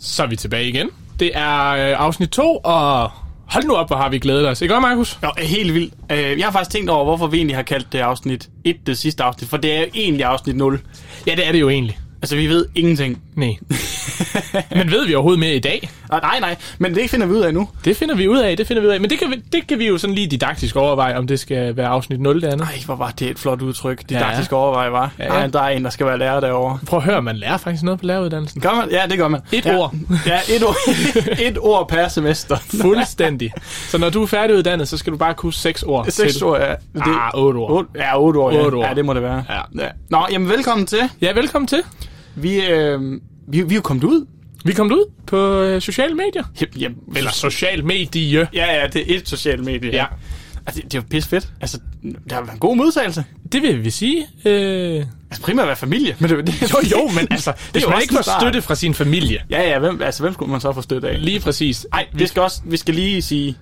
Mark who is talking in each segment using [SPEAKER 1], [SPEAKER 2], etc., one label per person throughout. [SPEAKER 1] Så er vi tilbage igen. Det er øh, afsnit 2, og hold nu op, hvor har vi glædet os. Ikke også, Markus?
[SPEAKER 2] Jo, helt vildt. Øh, jeg har faktisk tænkt over, hvorfor vi egentlig har kaldt det afsnit 1, det sidste afsnit, for det er jo egentlig afsnit 0.
[SPEAKER 1] Ja, det er det jo egentlig.
[SPEAKER 2] Altså, vi ved ingenting.
[SPEAKER 1] Nej. Men ved vi overhovedet mere i dag?
[SPEAKER 2] Nej, Ah, nej, nej, men det finder vi ud af nu.
[SPEAKER 1] Det finder vi ud af, det finder vi ud af. Men det kan vi, det kan vi jo sådan lige didaktisk overveje, om det skal være afsnit 0 det andet.
[SPEAKER 2] Nej, hvor var det et flot udtryk. Didaktisk ja. overvej, var. Ja, ja. Ej, der er en, der skal være lærer derovre.
[SPEAKER 1] Prøv at høre, man lærer faktisk noget på læreruddannelsen.
[SPEAKER 2] Gør man? Ja, det gør man.
[SPEAKER 1] Et
[SPEAKER 2] ja.
[SPEAKER 1] ord.
[SPEAKER 2] Ja, et ord. et ord per semester.
[SPEAKER 1] Fuldstændig. Så når du er færdiguddannet, så skal du bare kunne seks ord.
[SPEAKER 2] Seks
[SPEAKER 1] til.
[SPEAKER 2] ord, ja.
[SPEAKER 1] Ah, otte ord.
[SPEAKER 2] Otte, ja, otte ord,
[SPEAKER 1] Otte ord.
[SPEAKER 2] ja. ja. det må det være.
[SPEAKER 1] Ja.
[SPEAKER 2] ja. Nå, jamen velkommen til.
[SPEAKER 1] Ja, velkommen til.
[SPEAKER 2] Vi, øh, vi, vi er jo kommet ud.
[SPEAKER 1] Vi er kommet ud på øh, sociale medier.
[SPEAKER 2] Jep, jep.
[SPEAKER 1] Eller social medie.
[SPEAKER 2] Ja, ja, det er et socialt medie.
[SPEAKER 1] Ja.
[SPEAKER 2] Altså, det, det er jo pis fedt. Altså, der har været en god modtagelse.
[SPEAKER 1] Det vil vi sige. Øh,
[SPEAKER 2] Altså, primært være familie. Men det, er det,
[SPEAKER 1] jo, jo, men altså,
[SPEAKER 2] Det er
[SPEAKER 1] hvis
[SPEAKER 2] jo
[SPEAKER 1] man
[SPEAKER 2] også
[SPEAKER 1] ikke
[SPEAKER 2] en
[SPEAKER 1] får
[SPEAKER 2] start.
[SPEAKER 1] støtte fra sin familie.
[SPEAKER 2] Ja, ja, hvem, altså, hvem skulle man så få støtte af?
[SPEAKER 1] Lige præcis.
[SPEAKER 2] Nej, vi skal også, vi skal lige sige,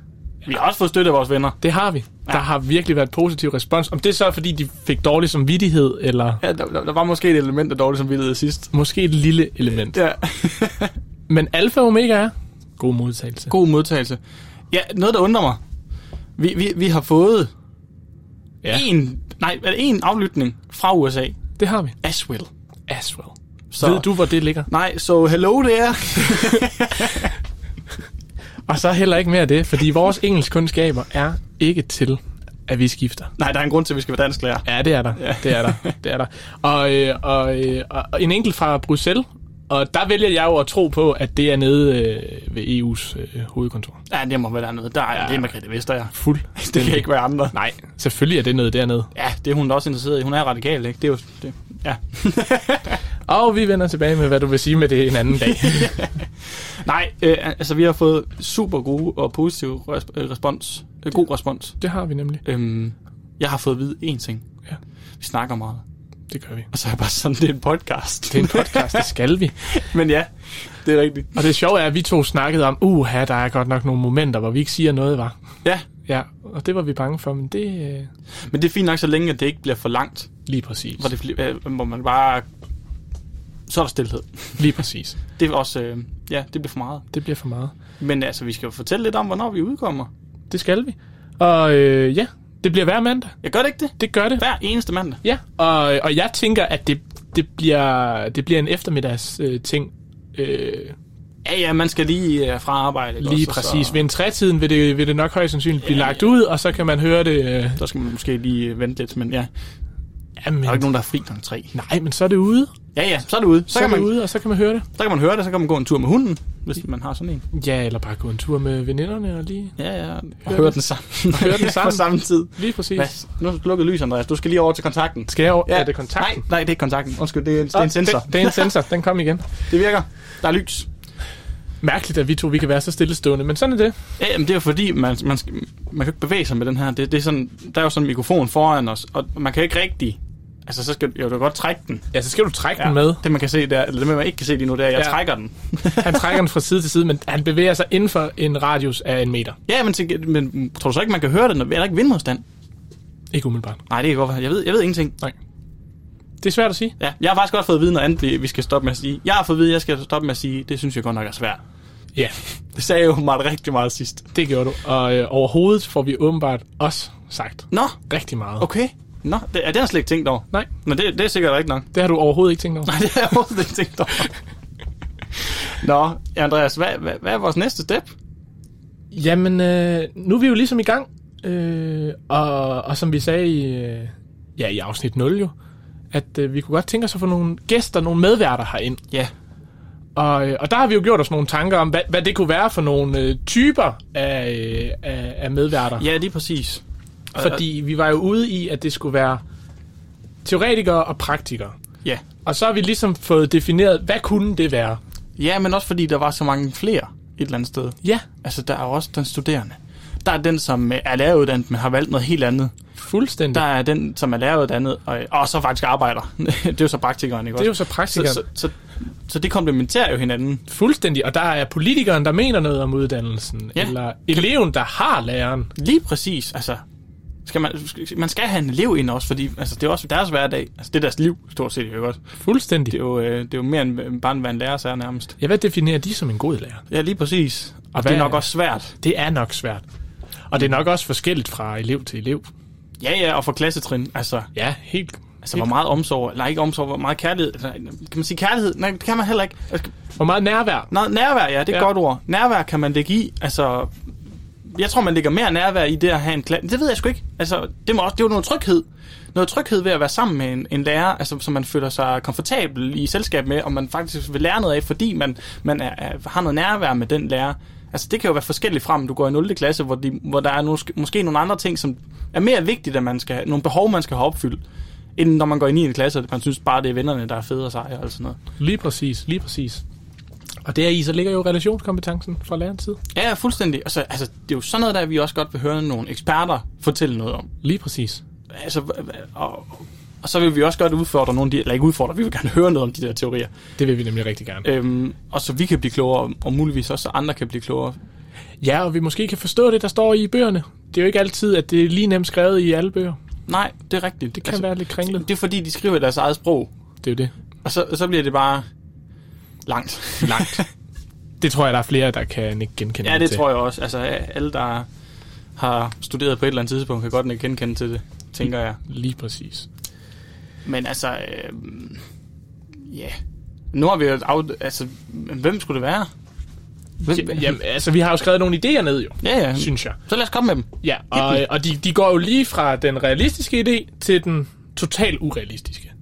[SPEAKER 2] vi har også fået støtte af vores venner.
[SPEAKER 1] Det har vi. Der har virkelig været positiv respons. Om det så er, fordi de fik dårlig samvittighed, eller
[SPEAKER 2] Ja, der, der, der var måske et element af dårligt, som vi ledte sidst.
[SPEAKER 1] måske et lille element.
[SPEAKER 2] Ja.
[SPEAKER 1] Men alfa og omega er god modtagelse.
[SPEAKER 2] God modtagelse. Ja, noget, der undrer mig. Vi, vi, vi har fået
[SPEAKER 1] Ja.
[SPEAKER 2] en, nej, er det en aflytning fra USA.
[SPEAKER 1] Det har vi.
[SPEAKER 2] Ashwell.
[SPEAKER 1] Aswell.
[SPEAKER 2] Så,
[SPEAKER 1] Ved du, hvor det ligger?
[SPEAKER 2] Nej, så hello there.
[SPEAKER 1] Og så heller ikke mere af det, fordi vores engelskkundskaber er ikke til, at vi skifter.
[SPEAKER 2] Nej, der er en grund til, at vi skal være dansklærer.
[SPEAKER 1] Ja, det er der. Ja. Det er der. Det er der. Og, øh, og, øh, og- og en enkelt fra Bruxelles. Og der vælger jeg jo at tro på, at det er nede øh, ved EU's øh, hovedkontor.
[SPEAKER 2] Ja, det må vel være noget. Der er, ja. det er Margrethe Vestager.
[SPEAKER 1] Fuld.
[SPEAKER 2] Det kan ikke være andre.
[SPEAKER 1] Nej, selvfølgelig er det noget dernede.
[SPEAKER 2] Ja, det er hun da også interesseret i. Hun er radikal, ikke? Det er jo... Det, ja.
[SPEAKER 1] Og vi vender tilbage med, hvad du vil sige med det en anden dag.
[SPEAKER 2] Nej, øh, altså vi har fået super gode og positive resp- øh, respons. Øh, god respons.
[SPEAKER 1] det har vi nemlig.
[SPEAKER 2] Øhm, jeg har fået at vide én ting.
[SPEAKER 1] Ja.
[SPEAKER 2] Vi snakker meget.
[SPEAKER 1] Det gør vi.
[SPEAKER 2] Og så er jeg bare sådan, det er en podcast.
[SPEAKER 1] Det er en podcast, det skal vi.
[SPEAKER 2] Men ja, det er rigtigt.
[SPEAKER 1] Og det sjove er, at vi to snakkede om, uha, der er godt nok nogle momenter, hvor vi ikke siger noget, var.
[SPEAKER 2] Ja,
[SPEAKER 1] Ja, og det var vi bange for, men det... Øh,
[SPEAKER 2] men det er fint nok, så længe at det ikke bliver for langt.
[SPEAKER 1] lige præcis.
[SPEAKER 2] Hvor, det, fli- øh, hvor man bare... Så er der stillhed.
[SPEAKER 1] Lige præcis.
[SPEAKER 2] Det er også... Øh, ja, det bliver for meget.
[SPEAKER 1] Det bliver for meget.
[SPEAKER 2] Men altså, vi skal jo fortælle lidt om, hvornår vi udkommer.
[SPEAKER 1] Det skal vi. Og øh, ja, det bliver hver mandag.
[SPEAKER 2] Jeg gør det ikke det?
[SPEAKER 1] Det gør det.
[SPEAKER 2] Hver eneste mandag.
[SPEAKER 1] Ja, og, øh, og jeg tænker, at det, det, bliver, det bliver en eftermiddags øh, ting. Øh,
[SPEAKER 2] Ja, ja, man skal lige øh, fra arbejde. ikke
[SPEAKER 1] lige
[SPEAKER 2] også? Og
[SPEAKER 1] præcis.
[SPEAKER 2] Så,
[SPEAKER 1] Ved en trætiden vil det, vil det nok højst sandsynligt blive lagt ud, og så kan man høre det... Øh,
[SPEAKER 2] der skal man måske lige øh, vente lidt, men ja. Der er jo
[SPEAKER 1] jamen,
[SPEAKER 2] ikke nogen, der er fri kl. 3.
[SPEAKER 1] nej, men så er det ude. Så,
[SPEAKER 2] Ja, ja, så er det ude.
[SPEAKER 1] så
[SPEAKER 2] Så, så,
[SPEAKER 1] er
[SPEAKER 2] kan,
[SPEAKER 1] man...
[SPEAKER 2] man,
[SPEAKER 1] det ude, og så kan man høre det.
[SPEAKER 2] så kan man høre det, så kan man gå en tur med hunden, hvis man har sådan en.
[SPEAKER 1] Ja, eller bare gå en tur med veninderne og lige...
[SPEAKER 2] Ja, ja.
[SPEAKER 1] Hør
[SPEAKER 2] Og høre
[SPEAKER 1] det.
[SPEAKER 2] den sammen.
[SPEAKER 1] Høre den sammen.
[SPEAKER 2] På samme tid.
[SPEAKER 1] Lige præcis.
[SPEAKER 2] Hvad? Nu er du lukket lys, Andreas. Du skal lige over til kontakten.
[SPEAKER 1] Skal jeg over? Ja. Er det kontakten?
[SPEAKER 2] Nej, nej, det er ikke kontakten. Undskyld, det er, det er en sensor.
[SPEAKER 1] Det, det er en sensor. Den kom igen.
[SPEAKER 2] Det virker. Der er lys.
[SPEAKER 1] Mærkeligt, at vi to vi kan være så stillestående, men sådan er det.
[SPEAKER 2] Ja, jamen, det er jo fordi, man, man, skal, man kan ikke bevæge sig med den her. Det, det er sådan, der er jo sådan en mikrofon foran os, og man kan ikke rigtig... Altså, så skal jo, du kan godt trække den.
[SPEAKER 1] Ja, så skal du trække ja. den med.
[SPEAKER 2] Det, man kan se der, eller det, man ikke kan se lige nu, det er, at jeg
[SPEAKER 1] Ja.
[SPEAKER 2] ja. trækker den.
[SPEAKER 1] Han trækker den fra side til side, men han bevæger sig inden for en radius af en meter.
[SPEAKER 2] Ja, men, til- men tror du så ikke, man kan høre den? Er der ikke vindmodstand?
[SPEAKER 1] Ikke umiddelbart.
[SPEAKER 2] Nej, det kan godt være. Jeg ved, jeg ved ingenting.
[SPEAKER 1] Nej. Det er svært at sige.
[SPEAKER 2] Ja, jeg har faktisk godt fået at vide noget andet, vi- vi skal stoppe med at sige. Jeg har fået at vide, at jeg skal stoppe med at sige, det synes jeg godt nok er svært.
[SPEAKER 1] Ja,
[SPEAKER 2] Det sagde jeg jo meget rigtig meget sidst.
[SPEAKER 1] det gjorde du. Og øh, overhovedet får vi åbenbart også sagt
[SPEAKER 2] Nå,
[SPEAKER 1] rigtig meget.
[SPEAKER 2] okay. Nå, det, er det har jeg slet ikke tænkt over.
[SPEAKER 1] Nej,
[SPEAKER 2] Nå, det, det er sikkert rigtigt nok.
[SPEAKER 1] det har du overhovedet ikke tænkt over.
[SPEAKER 2] Nej, det har jeg overhovedet ikke tænkt over. Nå, Andreas, hvad, hvad, hvad er vores næste step?
[SPEAKER 1] Jamen, øh, nu er vi jo ligesom i gang. Øh, og, og som vi sagde i, øh, ja, i afsnit 0 jo, at øh, vi kunne godt tænke os at få nogle gæster, nogle medværter herind.
[SPEAKER 2] Ja,
[SPEAKER 1] Og, øh, og der har vi jo gjort os nogle tanker om, hvad, hvad det kunne være for nogle øh, typer af, øh, af, af medværter.
[SPEAKER 2] ja lige præcis.
[SPEAKER 1] Fordi vi var jo ude i, at det skulle være teoretikere og praktikere.
[SPEAKER 2] Ja.
[SPEAKER 1] Og så har vi ligesom fået defineret, hvad kunne det være?
[SPEAKER 2] ja, men også fordi der var så mange flere et eller andet sted.
[SPEAKER 1] Ja,
[SPEAKER 2] Altså, der er jo også den studerende. Der er den, som øh, er læreruddannet, men har valgt noget helt andet.
[SPEAKER 1] fuldstændig.
[SPEAKER 2] Der
[SPEAKER 1] Der,
[SPEAKER 2] er den, som er læreruddannet, og, og så faktisk arbejder. det er jo så praktikeren, ikke
[SPEAKER 1] det er jo
[SPEAKER 2] også?
[SPEAKER 1] så
[SPEAKER 2] så,
[SPEAKER 1] praktikeren.
[SPEAKER 2] så, så, så det komplementerer jo hinanden.
[SPEAKER 1] Fuldstændig. Og der er politikeren, der mener noget om uddannelsen.
[SPEAKER 2] Ja.
[SPEAKER 1] Eller eleven, der har læreren.
[SPEAKER 2] Lige præcis, altså. Skal man, man skal have en elev ind også, fordi altså, det er også deres hverdag. Altså, det er deres liv, stort set, jo også.
[SPEAKER 1] Fuldstændig.
[SPEAKER 2] Det er jo, øh, det er jo mere end bare, hvad en lærer er nærmest.
[SPEAKER 1] Ja, hvad definerer de som en god lærer?
[SPEAKER 2] Ja, lige præcis. Og,
[SPEAKER 1] Og
[SPEAKER 2] og det er
[SPEAKER 1] hvad-
[SPEAKER 2] nok også svært.
[SPEAKER 1] Det er nok svært. Og det er nok også forskelligt fra elev til elev.
[SPEAKER 2] Ja, ja, og for klassetrin. Altså,
[SPEAKER 1] Ja, helt.
[SPEAKER 2] altså hvor meget omsorg, nej ikke omsorg, hvor meget kærlighed. Altså, kan man sige kærlighed? Nej, det kan man heller ikke. Altså,
[SPEAKER 1] Hvor meget nærvær?
[SPEAKER 2] Nå, nærvær, ja, det er
[SPEAKER 1] Ja.
[SPEAKER 2] et godt ord. Nærvær kan man lægge i, altså... Jeg tror, man lægger mere nærvær i det at have en klasse. Det ved jeg sgu ikke. Altså, det, må også, det er jo noget tryghed. Noget tryghed ved at være sammen med en, en lærer, altså, som man føler sig komfortabel i selskab med, og man faktisk vil lære noget af, fordi man, man er, er, har noget nærvær med den lærer. Altså, det kan jo være forskelligt frem, du går i 0. klasse, hvor, de, hvor der er nogle, måske nogle andre ting, som er mere vigtigt, at man skal have, nogle behov, man skal have opfyldt, end når man går i 9. klasse, og man synes bare, det er vennerne, der er fede og seje og alt sådan noget.
[SPEAKER 1] Lige præcis, lige præcis. Og der i, så ligger jo relationskompetencen fra lærerens side.
[SPEAKER 2] Ja, ja, fuldstændig. Altså, altså, det er jo sådan noget, der vi også godt vil høre nogle eksperter fortælle noget om.
[SPEAKER 1] Lige præcis.
[SPEAKER 2] Altså, hva- hva- og, og så vil vi også godt udfordre nogle af de, eller ikke udfordre, vi vil gerne høre noget om de der teorier.
[SPEAKER 1] Det vil vi nemlig rigtig gerne.
[SPEAKER 2] Øhm, og så vi kan blive klogere, og muligvis også så andre kan blive klogere.
[SPEAKER 1] Ja, og vi måske kan forstå det, der står i bøgerne. Det er jo ikke altid, at det er lige nemt skrevet i alle bøger.
[SPEAKER 2] Nej, det er rigtigt. Altså,
[SPEAKER 1] Det kan være lidt kringlet.
[SPEAKER 2] Det er fordi, de skriver i deres eget sprog,
[SPEAKER 1] Det er jo det.
[SPEAKER 2] og så, så bliver det bare langt.
[SPEAKER 1] Langt. det tror jeg, der er flere, der kan ikke genkende
[SPEAKER 2] ja, det
[SPEAKER 1] til.
[SPEAKER 2] tror jeg også. Altså, alle, der har studeret på et eller andet tidspunkt, kan godt ikke genkende til det, tænker jeg.
[SPEAKER 1] Lige præcis.
[SPEAKER 2] Men altså, øh, ja. Nu har vi jo... et Af, altså, hvem skulle det være? Hvem,
[SPEAKER 1] Ja, Jamen, altså, vi har jo skrevet nogle idéer ned, jo,
[SPEAKER 2] ja, ja.
[SPEAKER 1] synes jeg.
[SPEAKER 2] Så lad os komme med dem.
[SPEAKER 1] Ja, og, øh, og de, de går jo lige fra den realistiske idé til den totalt urealistiske.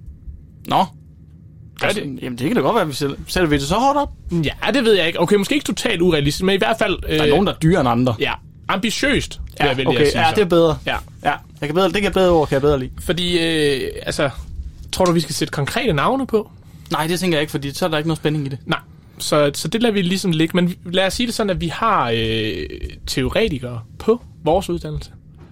[SPEAKER 2] Nå.
[SPEAKER 1] Gør
[SPEAKER 2] Altså,
[SPEAKER 1] det?
[SPEAKER 2] Jamen, det kan da godt være, at vi sætter, sætter vi det så hårdt op. Der
[SPEAKER 1] Ja, det ved jeg ikke. Okay, måske ikke totalt urealistisk, men i hvert fald... Øh,
[SPEAKER 2] er nogen, der er dyrere end andre.
[SPEAKER 1] Ja, ambitiøst, vil jeg vælge
[SPEAKER 2] okay.
[SPEAKER 1] at sige
[SPEAKER 2] Ja,
[SPEAKER 1] så.
[SPEAKER 2] det er bedre.
[SPEAKER 1] Ja,
[SPEAKER 2] Ja, jeg kan bedre, det kan jeg bedre ord, kan jeg bedre lide.
[SPEAKER 1] fordi, øh, altså, tror du, vi skal sætte konkrete navne på?
[SPEAKER 2] Nej, det tænker jeg ikke, fordi så er der ikke noget spænding i det.
[SPEAKER 1] Nej, så, så det lader vi ligesom ligge. Men vi- lad os sige det sådan, at vi har øh, teoretikere på vores uddannelse,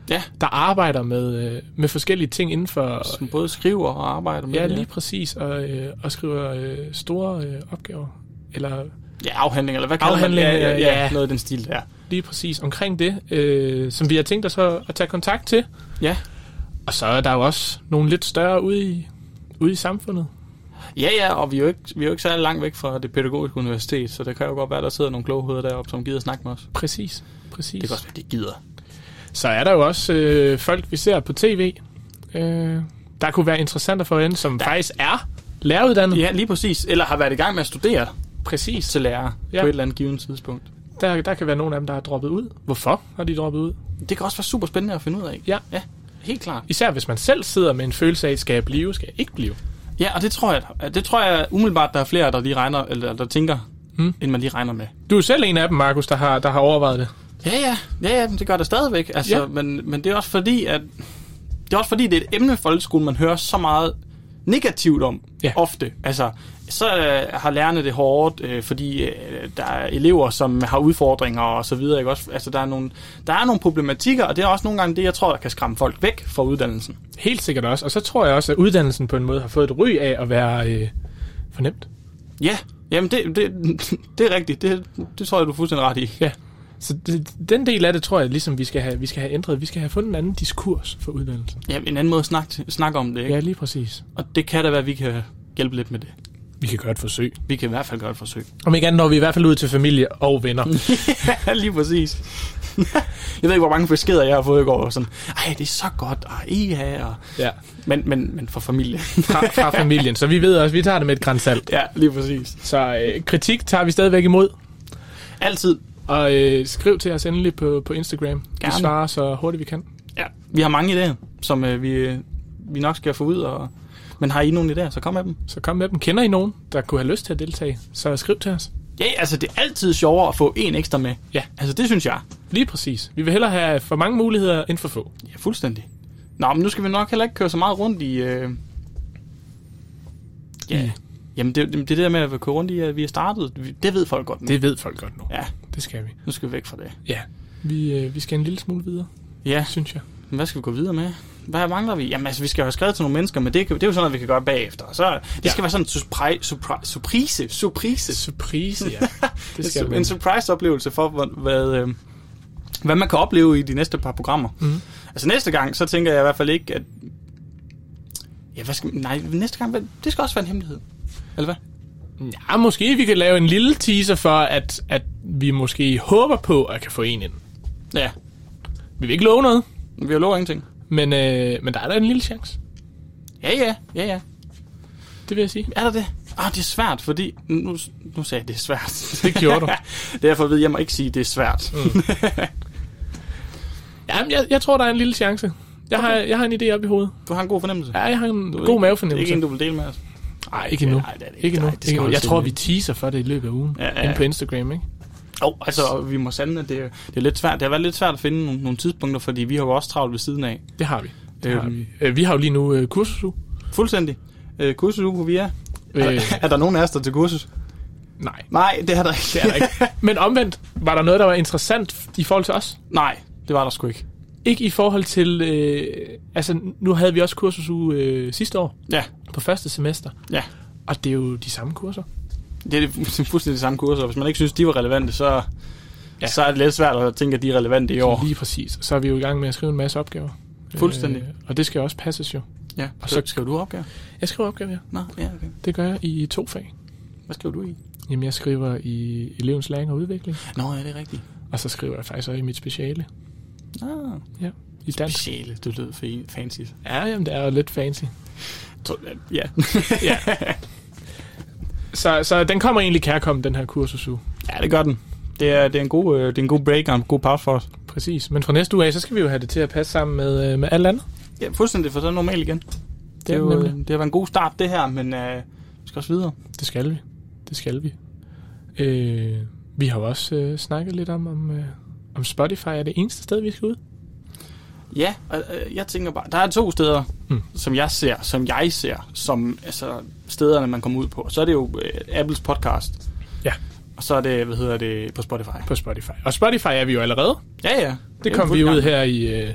[SPEAKER 2] Ja,
[SPEAKER 1] der arbejder med, øh, med forskellige ting inden for...
[SPEAKER 2] som både skriver og arbejder med
[SPEAKER 1] Ja,
[SPEAKER 2] det.
[SPEAKER 1] lige præcis, og, øh, og skriver øh, store øh, opgaver. Eller
[SPEAKER 2] Ja, afhandling, eller hvad kalder
[SPEAKER 1] Afhandling,
[SPEAKER 2] man det? Ja, ja, ja,
[SPEAKER 1] ja.
[SPEAKER 2] ja, noget af den stil der.
[SPEAKER 1] lige præcis omkring det, øh, som vi har tænkt os at, at tage kontakt til.
[SPEAKER 2] Ja.
[SPEAKER 1] Og så er der jo også nogle lidt større ude i, ude i samfundet.
[SPEAKER 2] Ja, ja, og vi er, jo ikke, vi er jo ikke særlig langt væk fra det pædagogiske universitet, så det kan jo godt være, der sidder nogle kloge hoveder deroppe, som gider snakke med os.
[SPEAKER 1] Præcis, præcis.
[SPEAKER 2] Det kan også være, de gider.
[SPEAKER 1] Så er der jo også øh, folk, vi ser på tv, øh, der kunne være interessante for en, som der. faktisk er læreruddannet.
[SPEAKER 2] Ja, lige præcis. Eller har været i gang med at studere
[SPEAKER 1] Præcis.
[SPEAKER 2] til lærer
[SPEAKER 1] Ja.
[SPEAKER 2] ja. på et eller andet givet tidspunkt.
[SPEAKER 1] Der, der kan være nogle af dem, der har droppet ud. Hvorfor har de droppet ud?
[SPEAKER 2] Det kan også være super spændende at finde ud af, ikke?
[SPEAKER 1] Ja.
[SPEAKER 2] ja. Helt klart.
[SPEAKER 1] Især hvis man selv sidder med en følelse af, skal jeg blive, skal jeg ikke blive?
[SPEAKER 2] Ja, og det tror jeg, det tror jeg umiddelbart, der er flere, der lige regner, eller der tænker,
[SPEAKER 1] Mm.
[SPEAKER 2] mm. end man lige regner med.
[SPEAKER 1] Du er jo selv en af dem, Markus, der har, der har overvejet det.
[SPEAKER 2] Ja, ja, ja, ja men det gør det stadigvæk. Altså,
[SPEAKER 1] Ja.
[SPEAKER 2] ja. men, men det er også fordi, at det er også fordi, det er et emne i folkeskolen, man hører så meget negativt om
[SPEAKER 1] Ja.
[SPEAKER 2] ja. ofte. Altså, så øh, har lærerne det hårdt, øh, fordi øh, der er elever, som har udfordringer og så videre. Ikke? Også, altså, der, er nogle, der er nogle problematikker, og det er også nogle gange det, jeg tror, der kan skræmme folk væk fra uddannelsen.
[SPEAKER 1] Helt sikkert også. Og så tror jeg også, at uddannelsen på en måde har fået et ry af at være øh, fornemt.
[SPEAKER 2] Ja, jamen det, det, det er rigtigt. Det, det tror jeg, du er fuldstændig ret i.
[SPEAKER 1] Ja. Så det, den del af det, tror jeg, ligesom vi skal, have, vi skal have ændret. Vi skal have fundet en anden diskurs for uddannelsen.
[SPEAKER 2] Ja, en anden måde at snakke, snakke om det, ikke?
[SPEAKER 1] Ja,
[SPEAKER 2] Ja.
[SPEAKER 1] lige præcis.
[SPEAKER 2] Og det kan da være, at vi kan hjælpe lidt med det.
[SPEAKER 1] Vi kan gøre et forsøg.
[SPEAKER 2] Vi kan i hvert fald gøre et forsøg.
[SPEAKER 1] Om ikke andet når vi i hvert fald ud til familie og venner.
[SPEAKER 2] Ja, lige præcis. jeg ved ikke, hvor mange beskeder jeg har fået i går. og Sådan, Ej, det er så godt, og ja, og...
[SPEAKER 1] ja.
[SPEAKER 2] Men, men, men for familie.
[SPEAKER 1] fra, fra familien. Så vi ved også, vi tager det med et grænsalt.
[SPEAKER 2] ja, lige præcis.
[SPEAKER 1] Så øh, kritik tager vi stadigvæk imod.
[SPEAKER 2] Altid.
[SPEAKER 1] Og øh, skriv til os endelig på, på Instagram. Gerne.
[SPEAKER 2] Gerne.
[SPEAKER 1] Vi svarer så hurtigt vi kan.
[SPEAKER 2] Ja. Vi har mange idéer, som øh, vi, øh, vi nok skal få ud. Og... Men har I nogle idéer, så kom med dem.
[SPEAKER 1] Så kom med dem. Kender I nogen, der kunne have lyst til at deltage? Så skriv til os.
[SPEAKER 2] Ja, altså det er altid sjovere at få en ekstra med.
[SPEAKER 1] Ja.
[SPEAKER 2] Altså det synes jeg.
[SPEAKER 1] Lige præcis. Vi vil hellere have for mange muligheder end for få.
[SPEAKER 2] Ja, fuldstændig. Nå, men nu skal vi nok heller ikke køre så meget rundt i... Øh... Ja.
[SPEAKER 1] I-
[SPEAKER 2] Jamen, det, det, det der med at køre rundt i, at vi er startet, vi- det ved folk godt nu.
[SPEAKER 1] Det ved folk godt nu.
[SPEAKER 2] Ja,
[SPEAKER 1] Det skal vi.
[SPEAKER 2] nu skal vi væk fra det.
[SPEAKER 1] Ja. Vi, øh, vi skal en lille smule videre,
[SPEAKER 2] Ja,
[SPEAKER 1] synes jeg.
[SPEAKER 2] men hvad skal vi gå videre med? Hvad mangler vi? Jamen, altså, vi skal jo have skrevet til nogle mennesker, men det, kan- det er jo sådan noget, vi kan gøre bagefter. Så det
[SPEAKER 1] Ja.
[SPEAKER 2] ja. skal være sådan en surpri- surpri- surprise, surprise,
[SPEAKER 1] Surprise, ja. Det skal
[SPEAKER 2] det skal
[SPEAKER 1] vi.
[SPEAKER 2] en surprise-oplevelse for, hvad, hvad, øh, hvad man kan opleve i de næste par programmer.
[SPEAKER 1] Mhm.
[SPEAKER 2] Altså næste gang, så tænker jeg i hvert fald ikke, at... Ja, hvad skal... Nej, næste gang, hvad- det skal også være en hemmelighed. Eller hvad?
[SPEAKER 1] Ja, måske vi kan lave en lille teaser for, at, at vi måske håber på, at kan få en ind.
[SPEAKER 2] Ja,
[SPEAKER 1] Vi vil ikke love noget,
[SPEAKER 2] vi har lovet ingenting.
[SPEAKER 1] men, øh, men der er da en lille chance.
[SPEAKER 2] Ja, ja, ja, ja.
[SPEAKER 1] Det vil jeg sige.
[SPEAKER 2] Er der det? Ah, det er svært, fordi... Nu, nu sagde jeg, det er svært.
[SPEAKER 1] Det gjorde du.
[SPEAKER 2] Derfor ved jeg mig ikke sige, det er svært. Mm.
[SPEAKER 1] Jamen, jeg, jeg tror, der er en lille chance. Jeg, har, jeg har en idé op i hovedet.
[SPEAKER 2] Du har en god fornemmelse.
[SPEAKER 1] Ja, jeg har en
[SPEAKER 2] Du er
[SPEAKER 1] god
[SPEAKER 2] ikke- Det er
[SPEAKER 1] mavefornemmelse.
[SPEAKER 2] ikke en, du vil dele med os.
[SPEAKER 1] Nej, ikke endnu.
[SPEAKER 2] Nej, det er det ikke.
[SPEAKER 1] Ikke endnu.
[SPEAKER 2] Nej, det skal
[SPEAKER 1] Ikke endnu.
[SPEAKER 2] holdes
[SPEAKER 1] Jeg tror, vi
[SPEAKER 2] hemmeligt.
[SPEAKER 1] teaser for det i løbet af ugen.
[SPEAKER 2] Ja, ja,
[SPEAKER 1] Inde
[SPEAKER 2] ja.
[SPEAKER 1] på Instagram, ikke?
[SPEAKER 2] Jo, altså, vi må sande, at det, er- det er lidt svært. Det har været lidt svært at finde nogle, nogle tidspunkter, fordi vi har jo også travlt ved siden af.
[SPEAKER 1] Det har vi. Det har
[SPEAKER 2] Øhm.
[SPEAKER 1] vi. Øh, vi har jo lige nu øh, kursus.
[SPEAKER 2] Fuldstændig. Øh, kursus uge på VIA.
[SPEAKER 1] Øh,
[SPEAKER 2] Øh. Er der nogen af os, der er til kursus?
[SPEAKER 1] nej,
[SPEAKER 2] Nej, det er der ikke.
[SPEAKER 1] det er der ikke. Men omvendt, var der noget, der var interessant i forhold til os?
[SPEAKER 2] Nej, det var der sgu ikke.
[SPEAKER 1] Ikke i forhold til... Øh, altså, nu havde vi også kursusuge øh, sidste år
[SPEAKER 2] Ja,
[SPEAKER 1] på første semester.
[SPEAKER 2] ja.
[SPEAKER 1] Og det er jo de samme kurser.
[SPEAKER 2] Det er det fu- fuldstændig de samme kurser. Hvis man ikke synes, de var relevante, så,
[SPEAKER 1] Ja.
[SPEAKER 2] ja. så er det lidt svært at tænke, at de er relevante i år.
[SPEAKER 1] Lige præcis. Så er vi jo i gang med at skrive en masse opgaver.
[SPEAKER 2] Fuldstændig.
[SPEAKER 1] Øh, og det skal også passes jo.
[SPEAKER 2] Ja,
[SPEAKER 1] Og
[SPEAKER 2] og
[SPEAKER 1] så-
[SPEAKER 2] så skriver du opgave.
[SPEAKER 1] Jeg skriver opgaver, ja.
[SPEAKER 2] Nå, ja, okay.
[SPEAKER 1] Det gør jeg i to fag.
[SPEAKER 2] Hvad skriver du i?
[SPEAKER 1] Jamen, jeg skriver i elevens læring og udvikling.
[SPEAKER 2] Nå, ja, det er rigtigt.
[SPEAKER 1] Og så skriver jeg faktisk også i mit speciale
[SPEAKER 2] Nå,
[SPEAKER 1] i dansk.
[SPEAKER 2] speciale. Du lød fa- fancy.
[SPEAKER 1] Ja, jamen, det er jo lidt fancy.
[SPEAKER 2] Tror- Ja.
[SPEAKER 1] Så, så den kommer egentlig kærkommen, den her kursusuge.
[SPEAKER 2] ja, det gør den. Det er, det er, en, god, øh, det er en god break og en god pause for os.
[SPEAKER 1] Præcis. Men fra næste uge af, så skal vi jo have det til at passe sammen med, øh, med alt andet.
[SPEAKER 2] Ja, fuldstændig, for så er det normalt igen. Det,
[SPEAKER 1] Det er
[SPEAKER 2] jo,
[SPEAKER 1] nemlig.
[SPEAKER 2] øh, det har været en god start, det her, men øh, vi skal også videre.
[SPEAKER 1] øh, Det skal vi. Det skal vi. Øh, vi har jo også øh, snakket lidt om, om, øh, om Spotify er det eneste sted, vi skal ud.
[SPEAKER 2] Ja, og, øh, jeg tænker bare, der er to steder,
[SPEAKER 1] Mm.
[SPEAKER 2] mm. som jeg ser, som jeg ser, som altså, stederne, man kommer ud på. Så er det jo øh, Apples podcast.
[SPEAKER 1] Ja.
[SPEAKER 2] Og så er det, hvad hedder det, på Spotify.
[SPEAKER 1] På Spotify. Og Spotify er vi jo allerede.
[SPEAKER 2] Ja, ja.
[SPEAKER 1] Det kom vi ud her i... Øh,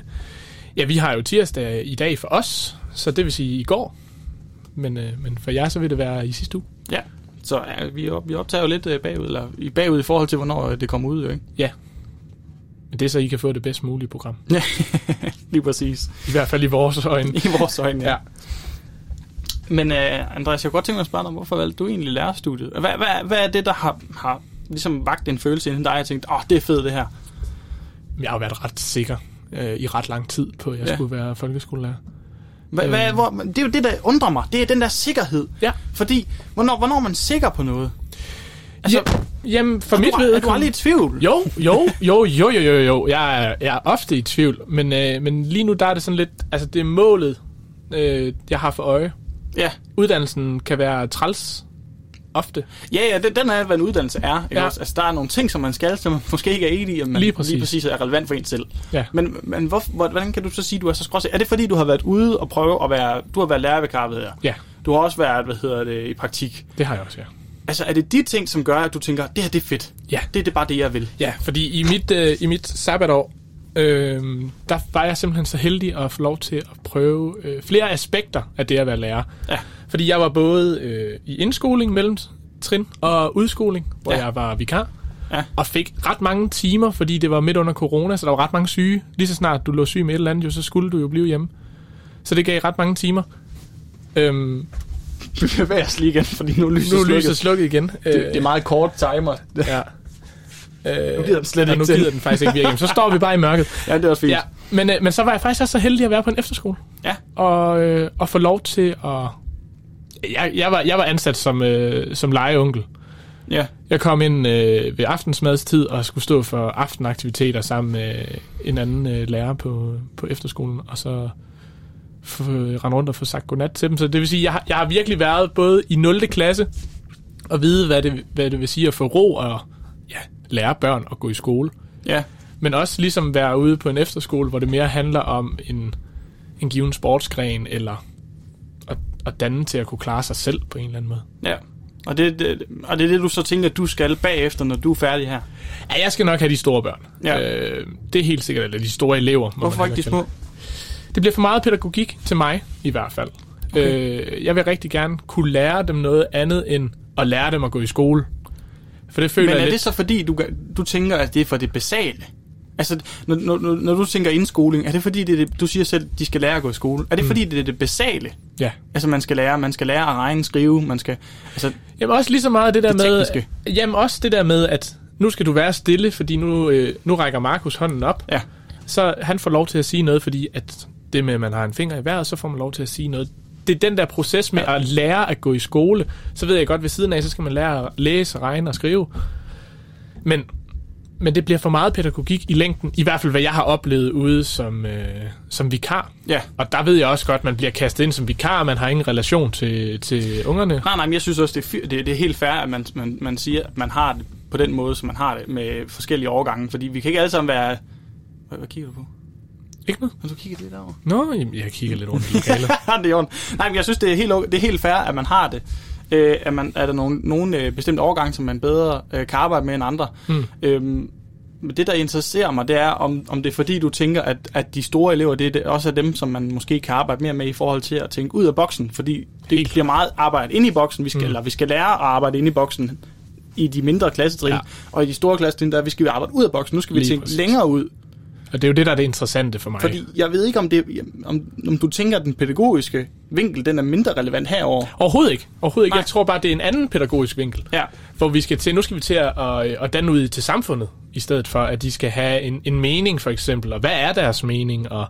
[SPEAKER 1] ja, vi har jo tirsdag i dag for os, så det vil sige i går. Men, øh, men for jer, så vil det være i sidste uge.
[SPEAKER 2] Ja, så ja, vi, op, vi optager jo lidt øh, bagud, eller i bagud i forhold til, hvornår øh, det kommer ud, jo, ikke?
[SPEAKER 1] Men det er så, I kan få det bedst mulige program.
[SPEAKER 2] Lige præcis.
[SPEAKER 1] I hvert fald i vores øjne.
[SPEAKER 2] I vores øjne, ja.
[SPEAKER 1] Ja.
[SPEAKER 2] ja. Men uh, Andreas, jeg kunne godt tænke mig at spørge dig, hvorfor valgte du egentlig lærerstudiet? Hvad, hvad, hvad er det, der har, har ligesom vagt en følelse inden dig, og jeg tænkte, åh, oh, det er fedt det her.
[SPEAKER 1] Jeg har jo været ret sikker øh, i ret lang tid på, at jeg ja.
[SPEAKER 2] Ja.
[SPEAKER 1] skulle være folkeskolelærer.
[SPEAKER 2] Hva, hvad,
[SPEAKER 1] Øhm.
[SPEAKER 2] hvor, men det er jo det, der undrer mig. Det er den der sikkerhed.
[SPEAKER 1] Ja.
[SPEAKER 2] Fordi, hvornår, hvornår er man sikker på noget? Altså,
[SPEAKER 1] Ja, Jamen, for
[SPEAKER 2] er
[SPEAKER 1] mit
[SPEAKER 2] du, er du
[SPEAKER 1] vedkommende...
[SPEAKER 2] aldrig i tvivl?
[SPEAKER 1] Jo, jo, jo, jo, jo, jo, jo. Jeg er, jeg er ofte i tvivl, men, øh, men lige nu der er det sådan lidt, altså det er målet, øh, jeg har for øje.
[SPEAKER 2] Ja,
[SPEAKER 1] Uddannelsen kan være træls ofte.
[SPEAKER 2] ja, ja det, den er, hvad en uddannelse er. Ikke
[SPEAKER 1] Ja.
[SPEAKER 2] ja. også? Altså, der er nogle ting, som man skal, som man måske ikke er enig i, og man
[SPEAKER 1] Lige præcis.
[SPEAKER 2] lige præcis er relevant for en selv.
[SPEAKER 1] Ja.
[SPEAKER 2] Men, men hvor, hvor, hvordan kan du så sige, du er så skråsikker? Er det fordi, du har været ude og prøve at være... Du har været lærer ved her.
[SPEAKER 1] Ja,
[SPEAKER 2] Du har også været, hvad hedder det, i praktik.
[SPEAKER 1] det har jeg også, ja.
[SPEAKER 2] Altså, er det de ting, som gør, at du tænker, det her, det er fedt.
[SPEAKER 1] Ja.
[SPEAKER 2] Det er det bare det, jeg vil.
[SPEAKER 1] Ja, fordi i mit, øh, i mit sabbatår, øh, der var jeg simpelthen så heldig at få lov til at prøve øh, flere aspekter af det at være lærer.
[SPEAKER 2] Ja.
[SPEAKER 1] Fordi jeg var både øh, i indskoling, mellemtrin og udskoling, hvor ja.
[SPEAKER 2] Ja.
[SPEAKER 1] jeg var vikar.
[SPEAKER 2] Ja.
[SPEAKER 1] Og fik ret mange timer, fordi det var midt under corona, så der var ret mange syge. Lige så snart du lå syg med et eller andet, jo, så skulle du jo blive hjemme. Så det gav ret mange timer. Øhm,
[SPEAKER 2] Vi bevæger os lige igen, fordi nu er lyset
[SPEAKER 1] nu er
[SPEAKER 2] slukket.
[SPEAKER 1] lyset slukket igen. Øh,
[SPEAKER 2] Det, det er meget kort timer.
[SPEAKER 1] ja. Øh, nu
[SPEAKER 2] gider den slet ikke
[SPEAKER 1] nu
[SPEAKER 2] til.
[SPEAKER 1] gider den faktisk ikke virke. Jamen, Så står vi bare i mørket.
[SPEAKER 2] Ja, det er også fint.
[SPEAKER 1] Ja, men, øh, men så var jeg faktisk også så heldig at være på en efterskole.
[SPEAKER 2] Ja.
[SPEAKER 1] Og, øh, og få lov til at... Jeg, jeg, var, jeg var ansat som, øh, som legeonkel.
[SPEAKER 2] ja.
[SPEAKER 1] Jeg kom ind øh, ved aftensmadstid og skulle stå for aftenaktiviteter sammen med en anden øh, lærer på, på efterskolen, og så f- rende rundt og få sagt godnat til dem. Så det vil sige, jeg har, jeg har virkelig været både i 0. klasse og vide, hvad det, hvad det vil sige at få ro og ja, lære børn at gå i skole.
[SPEAKER 2] ja.
[SPEAKER 1] Men også ligesom være ude på en efterskole, hvor det mere handler om en, en given sportsgren, eller at, at danne til at kunne klare sig selv på en eller anden måde.
[SPEAKER 2] ja. Og det, det, og det er det, du så tænker, at du skal bagefter, når du er færdig her.
[SPEAKER 1] Ja, jeg skal nok have de store børn.
[SPEAKER 2] Ja.
[SPEAKER 1] Øh, det er helt sikkert, eller de store elever. må
[SPEAKER 2] Hvorfor
[SPEAKER 1] man
[SPEAKER 2] ikke de
[SPEAKER 1] hellere
[SPEAKER 2] små?
[SPEAKER 1] kalde det. Det bliver for meget pædagogik til mig, i hvert fald. Okay. Øh, jeg vil rigtig gerne kunne lære dem noget andet, end at lære dem at gå i skole. For det føler
[SPEAKER 2] Men
[SPEAKER 1] jeg
[SPEAKER 2] er
[SPEAKER 1] lidt...
[SPEAKER 2] det så fordi, du, gør- du tænker, at det er for det basale? Altså, når, når, når- når du tænker indskoling, er det fordi, det er det, du siger selv, de skal lære at gå i skole? Er det mm. fordi, det er det basale?
[SPEAKER 1] Ja.
[SPEAKER 2] Altså, man skal lære, man skal lære at regne, skrive, man skal... Altså,
[SPEAKER 1] Jamen også lige så meget det der
[SPEAKER 2] Det
[SPEAKER 1] med...
[SPEAKER 2] tekniske.
[SPEAKER 1] Jamen også det der med, at nu skal du være stille, fordi nu, øh, nu rækker Markus hånden op.
[SPEAKER 2] ja.
[SPEAKER 1] Så han får lov til at sige noget, fordi at det med, at man har en finger i vejret, så får man lov til at sige noget. Det er den der proces med at lære at gå i skole. Så ved jeg godt, ved siden af, så skal man lære at læse, regne og skrive. Men, men det bliver for meget pædagogik i længden. I hvert fald, hvad jeg har oplevet ude som, øh, som vikar.
[SPEAKER 2] Ja.
[SPEAKER 1] Og der ved jeg også godt, at man bliver kastet ind som vikar, og man har ingen relation til, til ungerne.
[SPEAKER 2] Nej, nej, men jeg synes også, det er, fyr, det, det er helt fair, at man, man, man siger, at man har det på den måde, som man har det med forskellige årgange. Fordi vi kan ikke alle sammen være... Hvad, hvad kigger du på?
[SPEAKER 1] Ikke noget?
[SPEAKER 2] Har du kigget lidt over?
[SPEAKER 1] Nå, jamen, jeg kigger lidt rundt i lokalet.
[SPEAKER 2] det er jorden. Nej, men jeg synes, det er helt, o- det er helt fair, at man har det. Øh, at man, er der nogle, nogle øh, bestemte overgang, som man bedre øh, kan arbejde med end andre. Mm. Øhm, men det, der interesserer mig, det er, om, om det er fordi, du tænker, at, at de store elever, det, er det også er dem, som man måske kan arbejde mere med i forhold til at tænke ud af boksen. Fordi det
[SPEAKER 1] Helt klart.
[SPEAKER 2] bliver meget arbejde inde i boksen. Vi skal, mm. Eller vi skal lære at arbejde inde i boksen i de mindre klassetrin.
[SPEAKER 1] Ja.
[SPEAKER 2] Ja. Og i de store klassetrin, der vi skal vi arbejde ud af boksen. Nu skal vi
[SPEAKER 1] Lige
[SPEAKER 2] tænke
[SPEAKER 1] præcis.
[SPEAKER 2] længere ud.
[SPEAKER 1] Og det er jo det, der er det interessante for mig.
[SPEAKER 2] Fordi jeg ved ikke, om, det, om, om du tænker, at den pædagogiske vinkel, den er mindre relevant herover.
[SPEAKER 1] Overhovedet ikke. Overhovedet ikke.
[SPEAKER 2] Nej.
[SPEAKER 1] Jeg tror bare, det er en anden pædagogisk vinkel.
[SPEAKER 2] Ja.
[SPEAKER 1] Hvor vi skal til, nu skal vi til at, at, at danne ud til samfundet, i stedet for, at de skal have en, en mening, for eksempel. Og hvad er deres mening? Og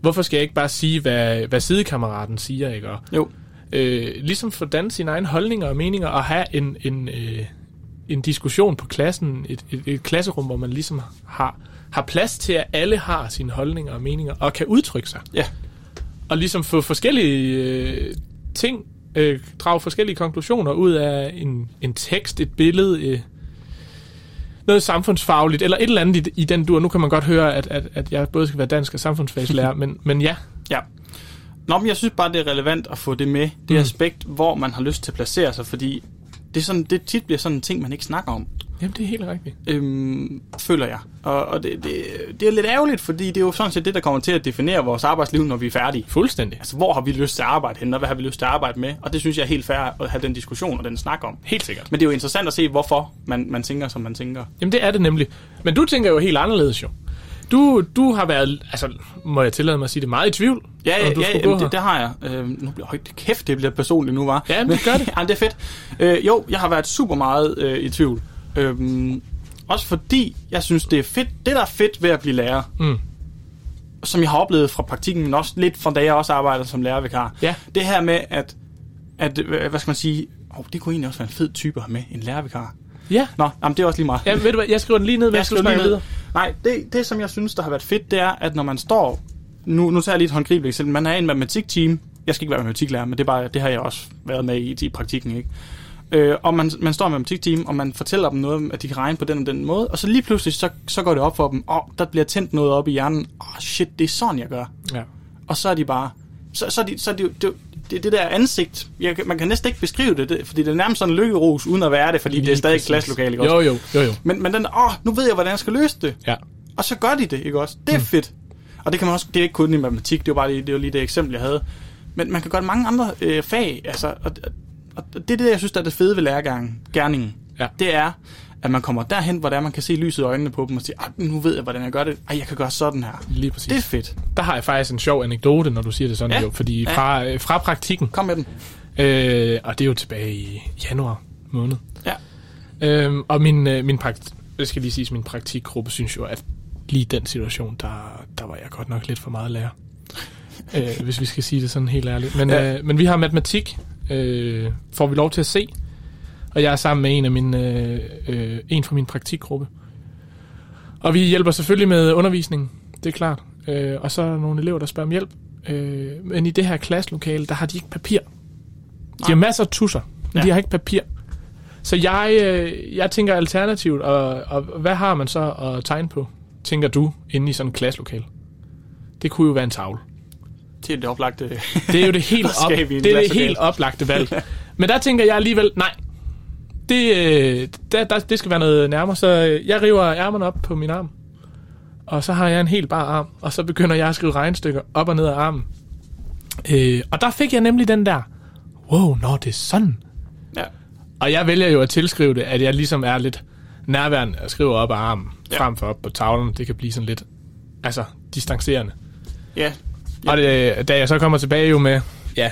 [SPEAKER 1] hvorfor skal jeg ikke bare sige, hvad, hvad sidekammeraten siger? Ikke? Og,
[SPEAKER 2] Jo.
[SPEAKER 1] øh, ligesom få dannet sine egne holdninger og meninger, og have en, en, øh, en diskussion på klassen, et, et, et klasserum, hvor man ligesom har, har plads til, at alle har sine holdninger og meninger, og kan udtrykke sig.
[SPEAKER 2] Ja.
[SPEAKER 1] og ligesom få forskellige øh, ting, øh, drage forskellige konklusioner ud af en, en tekst, et billede, øh, noget samfundsfagligt, eller et eller andet i, i den dur. Nu kan man godt høre, at, at, at jeg både skal være dansk og samfundsfagslærer, men, men ja,
[SPEAKER 2] Ja. Nå, men jeg synes bare, det er relevant at få det med. Det
[SPEAKER 1] Mm.
[SPEAKER 2] mm. aspekt, hvor man har lyst til at placere sig, fordi det, er sådan, det tit bliver sådan en ting, man ikke snakker om,
[SPEAKER 1] jamen det er helt rigtigt.
[SPEAKER 2] øhm, føler jeg. Og, og det, det, det er lidt ærgerligt, fordi det er jo sådan set det, der kommer til at definere vores arbejdsliv, når vi er færdige.
[SPEAKER 1] Fuldstændig.
[SPEAKER 2] Altså, hvor har vi lyst til at arbejde henne, og hvad har vi lyst til at arbejde med? Og det synes jeg er helt fair at have den diskussion og den snak om.
[SPEAKER 1] Helt sikkert.
[SPEAKER 2] Men det er jo interessant at se, hvorfor man, man tænker, som man tænker.
[SPEAKER 1] Jamen det er det nemlig. Men du tænker jo helt anderledes jo. Du, du har været, altså må jeg tillade mig at sige det, meget i tvivl,
[SPEAKER 2] Ja,
[SPEAKER 1] om
[SPEAKER 2] ja,
[SPEAKER 1] du
[SPEAKER 2] ja
[SPEAKER 1] skulle gå
[SPEAKER 2] jamen,
[SPEAKER 1] her.
[SPEAKER 2] det, det har jeg. Øh, nu bliver højt kæft, det bliver personligt nu, var.
[SPEAKER 1] Ja, men det gør det.
[SPEAKER 2] jamen, det er fedt. Øh, jo, jeg har været super meget øh, i tvivl. Øhm, også fordi, jeg synes, det er fedt. Det, der er fedt ved at blive lærer,
[SPEAKER 1] Mm.
[SPEAKER 2] som jeg har oplevet fra praktikken, men også lidt fra da jeg også arbejder som lærervikar,
[SPEAKER 1] Ja.
[SPEAKER 2] det her med, at, at øh, hvad skal man sige, oh, det kunne egentlig også være en fed type at have med, en lærervikar.
[SPEAKER 1] Ja.
[SPEAKER 2] Nå, jamen, det er også lige meget.
[SPEAKER 1] ja, ved du hvad, jeg skriver den lige ned, mens du
[SPEAKER 2] skriver lige
[SPEAKER 1] snakker
[SPEAKER 2] ned.
[SPEAKER 1] videre.
[SPEAKER 2] Nej, det, det som jeg synes, der har været fedt, det er, at når man står... Nu, nu tager jeg lige et håndgribeligt eksempel. Man har en matematikteam. Jeg skal ikke være matematiklærer, men det, er bare, det har jeg også været med i, i praktikken, ikke? Øh, og man, man står med matematikteam, og man fortæller dem noget om, at de kan regne på den og den måde. Og så lige pludselig, så, så går det op for dem. Åh, oh, der bliver tændt noget op i hjernen. Åh, oh, shit, det er sådan, jeg gør.
[SPEAKER 1] Ja.
[SPEAKER 2] Og så er de bare... Så, så, er de, så er de, jo- det, er jo- det, er det der ansigt, jeg, kan- man kan næsten ikke beskrive det, det, fordi det er nærmest sådan en lykkeros, uden at være det, fordi det er
[SPEAKER 1] Lige
[SPEAKER 2] stadig et
[SPEAKER 1] præcis.
[SPEAKER 2] klasselokale, ikke også?
[SPEAKER 1] Jo, jo, jo, jo.
[SPEAKER 2] Men, men den, åh, oh, nu ved jeg, hvordan jeg skal løse det.
[SPEAKER 1] Ja.
[SPEAKER 2] Og så gør de det, ikke også? Det er mm. fedt. Og det kan man også, det er ikke kun i matematik, det var bare lige det, var lige det eksempel, jeg havde. Men man kan gøre det i mange andre øh, fag, altså, og, og det er det, jeg synes, der er det fede ved lærergangen, gerningen.
[SPEAKER 1] Ja.
[SPEAKER 2] Det er, at man kommer derhen, hvor det er, man kan se lyset i øjnene på dem og sige, "Ej, nu ved jeg, hvordan jeg gør det. Ej, jeg kan gøre sådan her.
[SPEAKER 1] Lige præcis.
[SPEAKER 2] Det er fedt.
[SPEAKER 1] Der har jeg faktisk en sjov anekdote, når du siger det sådan, ja.
[SPEAKER 2] Ja.
[SPEAKER 1] jo, fordi
[SPEAKER 2] Ja.
[SPEAKER 1] fra, øh, fra praktikken,
[SPEAKER 2] Kom med den.
[SPEAKER 1] øh, og det er jo tilbage i januar måned,
[SPEAKER 2] Ja.
[SPEAKER 1] øh, og min, øh, min, prakt, det skal lige siges, min praktikgruppe synes jo, at lige i den situation, der, der var jeg godt nok lidt for meget lærer, øh, hvis vi skal sige det sådan helt ærligt. Men, ja.
[SPEAKER 2] Ja.
[SPEAKER 1] øh, men vi har matematik, øh, får vi lov til at se, og jeg er sammen med en af mine, øh, øh, en fra min praktikgruppe. Og vi hjælper selvfølgelig med undervisningen, det er klart. Øh, og så er der nogle elever, der spørger om hjælp. Øh, men i det her klasselokale, der har de ikke papir. De har masser af tusser, men ja.
[SPEAKER 2] Ja.
[SPEAKER 1] de har ikke papir. Så jeg, øh, jeg tænker alternativt, og, og hvad har man så at tegne på, tænker du, inde i sådan et klasselokale? Det kunne jo være en tavle.
[SPEAKER 2] Det er det oplagte.
[SPEAKER 1] Det er jo det helt,
[SPEAKER 2] Hvad
[SPEAKER 1] op,
[SPEAKER 2] skal vi i en
[SPEAKER 1] det er det
[SPEAKER 2] klasse
[SPEAKER 1] helt
[SPEAKER 2] der?
[SPEAKER 1] oplagte valg. Men der tænker jeg alligevel, nej, det, øh, der, der, det skal være noget nærmere. Så øh, jeg river ærmerne op på min arm, og så har jeg en helt bar arm, og så begynder jeg at skrive regnstykker op og ned af armen. Øh, og der fik jeg nemlig den der, wow, nå, det er sådan.
[SPEAKER 2] ja.
[SPEAKER 1] Og jeg vælger jo at tilskrive det, at jeg ligesom er lidt, nærværende og skriver op af armen,
[SPEAKER 2] Ja.
[SPEAKER 1] ja. frem for op på tavlen, det kan blive sådan lidt, altså, distancerende.
[SPEAKER 2] Ja,
[SPEAKER 1] Ja. Og det, da jeg så kommer tilbage jo med, ja,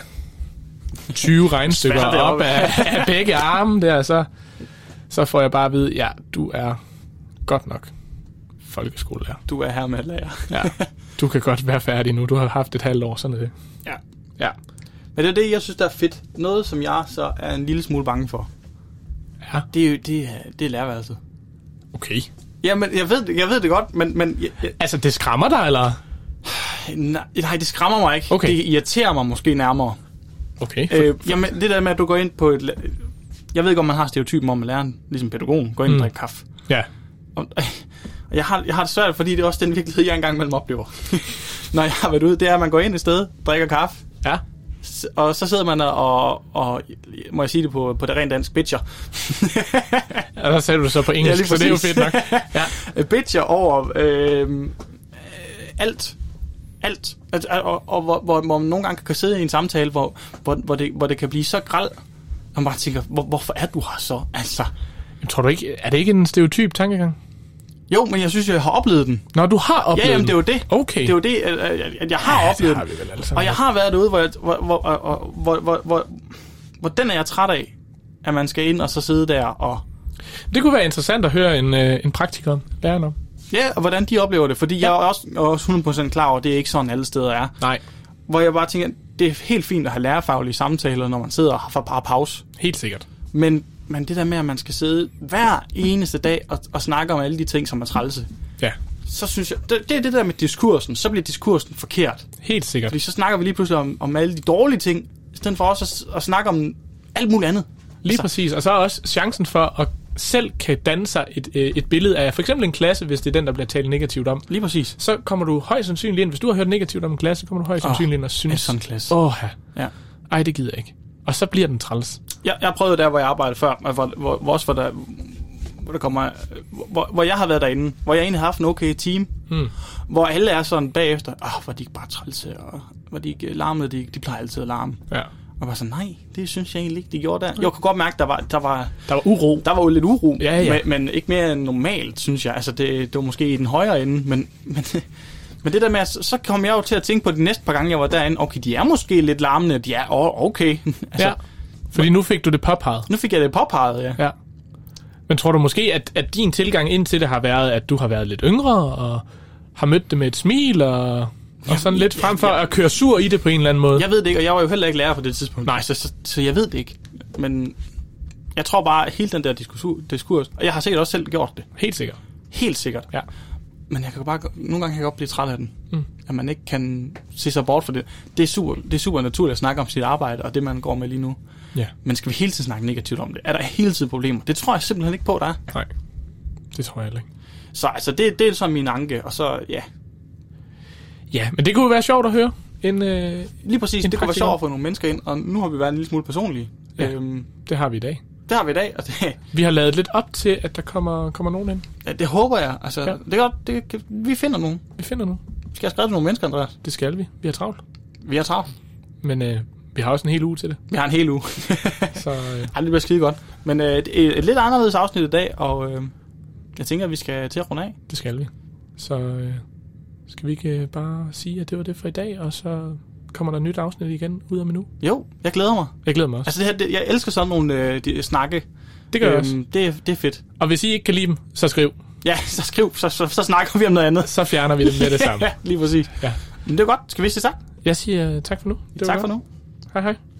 [SPEAKER 1] 20 regnstykker
[SPEAKER 2] Svær
[SPEAKER 1] op
[SPEAKER 2] deroppe.
[SPEAKER 1] af, af begge arme der, så, så får jeg bare at vide, ja, du er godt nok folkeskolelærer.
[SPEAKER 2] du er her med lærer.
[SPEAKER 1] Ja, du kan godt være færdig nu, du har haft et halvt år, sådan er det.
[SPEAKER 2] Ja.
[SPEAKER 1] Ja,
[SPEAKER 2] Men det er det, jeg synes, der er fedt. Noget, som jeg så er en lille smule bange for.
[SPEAKER 1] ja,
[SPEAKER 2] Det er jo det, er- det er lærerværelset.
[SPEAKER 1] okay.
[SPEAKER 2] Jamen, jeg ved, det- jeg ved det godt, men, men jeg, jeg,
[SPEAKER 1] Altså, det skræmmer dig, eller?
[SPEAKER 2] nej, nej, det skræmmer mig ikke.
[SPEAKER 1] Okay.
[SPEAKER 2] Det irriterer mig måske nærmere.
[SPEAKER 1] Okay, for,
[SPEAKER 2] Øh, jamen, det der med, at du går ind på et... la- Jeg ved godt, man har stereotypen om, at læreren, ligesom pædagogen, går ind mm. og
[SPEAKER 1] Mm.
[SPEAKER 2] drikker kaffe.
[SPEAKER 1] ja.
[SPEAKER 2] Og, og jeg, har, jeg har det svært, fordi det er også den virkelighed, jeg engang mellem oplever. Når jeg har været ude, det er, at man går ind et sted, drikker kaffe,
[SPEAKER 1] Ja,
[SPEAKER 2] s- og så sidder man og, og, og må jeg sige det på, på det rent dansk, bitcher.
[SPEAKER 1] og der sagde du det så på engelsk,
[SPEAKER 2] lige
[SPEAKER 1] så det er jo
[SPEAKER 2] præcis.
[SPEAKER 1] fedt nok. Ja,
[SPEAKER 2] bitcher over øh, øh, alt. Alt. Altså, Og, og, og hvor, hvor hvor man nogle gange kan sidde i en samtale, hvor, hvor, hvor, det, hvor det kan blive så græld, og man bare tænker, hvor, hvorfor er du her så? Altså,
[SPEAKER 1] Men tror du ikke, er det ikke en stereotyp tankegang?
[SPEAKER 2] jo, men jeg synes, jeg har oplevet den.
[SPEAKER 1] Når du har oplevet
[SPEAKER 2] Ja, jamen, det er jo det.
[SPEAKER 1] Okay.
[SPEAKER 2] Det er jo det, at, at- at jeg har
[SPEAKER 1] Ja, det
[SPEAKER 2] oplevet
[SPEAKER 1] har
[SPEAKER 2] den.
[SPEAKER 1] vi vel alle sammen.
[SPEAKER 2] Og jeg har været derude, hvor, jeg, hvor, hvor, hvor, hvor, hvor, hvor, hvor den er jeg træt af, at man skal ind og så sidde der og...
[SPEAKER 1] det kunne være interessant at høre en, øh, en praktiker lære om.
[SPEAKER 2] Ja, og hvordan de oplever det, fordi ja. jeg er også, jeg er også 100% klar over, at det er ikke sådan, alle steder er.
[SPEAKER 1] Nej,
[SPEAKER 2] hvor jeg bare tænker, det er helt fint at have lærerfaglige samtaler, når man sidder og har bare pause.
[SPEAKER 1] helt sikkert.
[SPEAKER 2] Men, men det der med, at man skal sidde hver eneste dag og, og snakke om alle de ting, som er trælse,
[SPEAKER 1] Ja,
[SPEAKER 2] så synes jeg, det, det er det der med diskursen. Så bliver diskursen forkert.
[SPEAKER 1] helt sikkert.
[SPEAKER 2] Fordi så snakker vi lige pludselig om, om alle de dårlige ting, i stedet for også at, s- at snakke om alt muligt andet. Altså,
[SPEAKER 1] Lige præcis. Og så er også chancen for at selv kan danne sig et, øh, et billede af for eksempel en klasse, hvis det er den, der bliver talt negativt om.
[SPEAKER 2] Lige præcis.
[SPEAKER 1] Så kommer du højst sandsynligt ind. Hvis du har hørt negativt om en klasse, kommer du højst
[SPEAKER 2] Åh,
[SPEAKER 1] sandsynligt ind og
[SPEAKER 2] En
[SPEAKER 1] synes,
[SPEAKER 2] sådan klasse.
[SPEAKER 1] åh,
[SPEAKER 2] Ja.
[SPEAKER 1] ej, det gider jeg ikke. Og så bliver den træls.
[SPEAKER 2] Jeg, jeg prøvede der, hvor jeg arbejdede før, og hvor, hvor, hvor, også hvor der, hvor der kommer, hvor, hvor jeg har været derinde, hvor jeg egentlig har haft en okay team,
[SPEAKER 1] Mm.
[SPEAKER 2] hvor alle er sådan bagefter, åh, hvor de ikke bare trælse, og hvor de ikke øh, larmede, de, de plejer altid at larme.
[SPEAKER 1] Ja.
[SPEAKER 2] Og bare sådan, nej, det synes jeg egentlig ikke, de gjorde der. Jeg kunne godt mærke, der var, der var,
[SPEAKER 1] Der var uro.
[SPEAKER 2] der var jo lidt uro,
[SPEAKER 1] Ja, ja.
[SPEAKER 2] Men, men, ikke mere end normalt, synes jeg. Altså, det, det var måske i den højere ende, men, men, men det der med, at så så kom jeg jo til at tænke på de næste par gange, jeg var derinde, okay, de er måske lidt larmende, de er åh, okay. altså,
[SPEAKER 1] Ja. Fordi nu fik du det påpeget.
[SPEAKER 2] Nu fik jeg det påpeget, ja.
[SPEAKER 1] Ja. Men tror du måske, at, at din tilgang indtil det har været, at du har været lidt yngre, og har mødt det med et smil, og, og sådan lidt frem for at køre sur i det på en eller anden måde?
[SPEAKER 2] Jeg ved det ikke, og jeg var jo heller ikke lærer på det tidspunkt.
[SPEAKER 1] Nej.
[SPEAKER 2] så, så, så jeg ved det ikke. Men jeg tror bare, at hele den der diskurs, diskurs, og jeg har sikkert også selv gjort det,
[SPEAKER 1] Helt sikkert.
[SPEAKER 2] helt sikkert.
[SPEAKER 1] Ja.
[SPEAKER 2] Men jeg kan bare, godt- nogle gange kan jeg godt blive træt af den. Mm. At man ikke kan se sig bort fra det. Det er, super, det er super naturligt at snakke om sit arbejde og det, man går med lige nu.
[SPEAKER 1] Ja.
[SPEAKER 2] Men skal vi hele tiden snakke negativt om det? Er der hele tiden problemer? Det tror jeg simpelthen ikke på, der er.
[SPEAKER 1] Nej. Det tror jeg heller ikke.
[SPEAKER 2] Så altså, det, det er sådan min anke. Og så, ja,
[SPEAKER 1] Ja, men det kunne jo være sjovt at høre. En, øh,
[SPEAKER 2] lige præcis.
[SPEAKER 1] En
[SPEAKER 2] det kunne være
[SPEAKER 1] praktiker.
[SPEAKER 2] sjovt at få nogle mennesker ind, og nu har vi været en lille smule personlige.
[SPEAKER 1] Ja.
[SPEAKER 2] Øhm,
[SPEAKER 1] det har vi i dag.
[SPEAKER 2] det har vi i dag, og det,
[SPEAKER 1] Vi har lavet lidt op til, at der kommer, kommer nogen ind.
[SPEAKER 2] Ja, det håber jeg. Altså, ja.
[SPEAKER 1] Ja.
[SPEAKER 2] det er godt. Det, kan- vi finder nogen.
[SPEAKER 1] Vi finder nogen.
[SPEAKER 2] Skal jeg skrive til nogle mennesker, Andreas?
[SPEAKER 1] Det skal vi. Vi har travlt.
[SPEAKER 2] Vi har travlt.
[SPEAKER 1] Men øh, vi har også en hel uge til det.
[SPEAKER 2] Vi har en hel uge.
[SPEAKER 1] Så øh,
[SPEAKER 2] Ej, det bliver skide godt. Men øh, det er et lidt anderledes afsnit i dag, og øh, jeg tænker, at vi skal til at runde af.
[SPEAKER 1] det skal vi. Så øh, skal vi ikke øh, bare sige, at det var det for i dag, og så kommer der et nyt afsnit igen ud om en uge.
[SPEAKER 2] Jo, jeg glæder mig.
[SPEAKER 1] Jeg glæder mig også.
[SPEAKER 2] Altså, det her, det, jeg elsker sådan nogle øh, de, snakke. Øhm,
[SPEAKER 1] Det gør jeg også.
[SPEAKER 2] det, er- det er fedt.
[SPEAKER 1] Og hvis I ikke kan lide dem, så skriv.
[SPEAKER 2] Ja, så skriv, så, så, så snakker vi om noget andet.
[SPEAKER 1] Så fjerner vi dem med det samme.
[SPEAKER 2] ja, lige præcis.
[SPEAKER 1] Ja.
[SPEAKER 2] Men det er godt. Skal vi sige tak?
[SPEAKER 1] Jeg siger øh, tak for nu. Det var
[SPEAKER 2] tak
[SPEAKER 1] godt.
[SPEAKER 2] for nu.
[SPEAKER 1] Hej hej.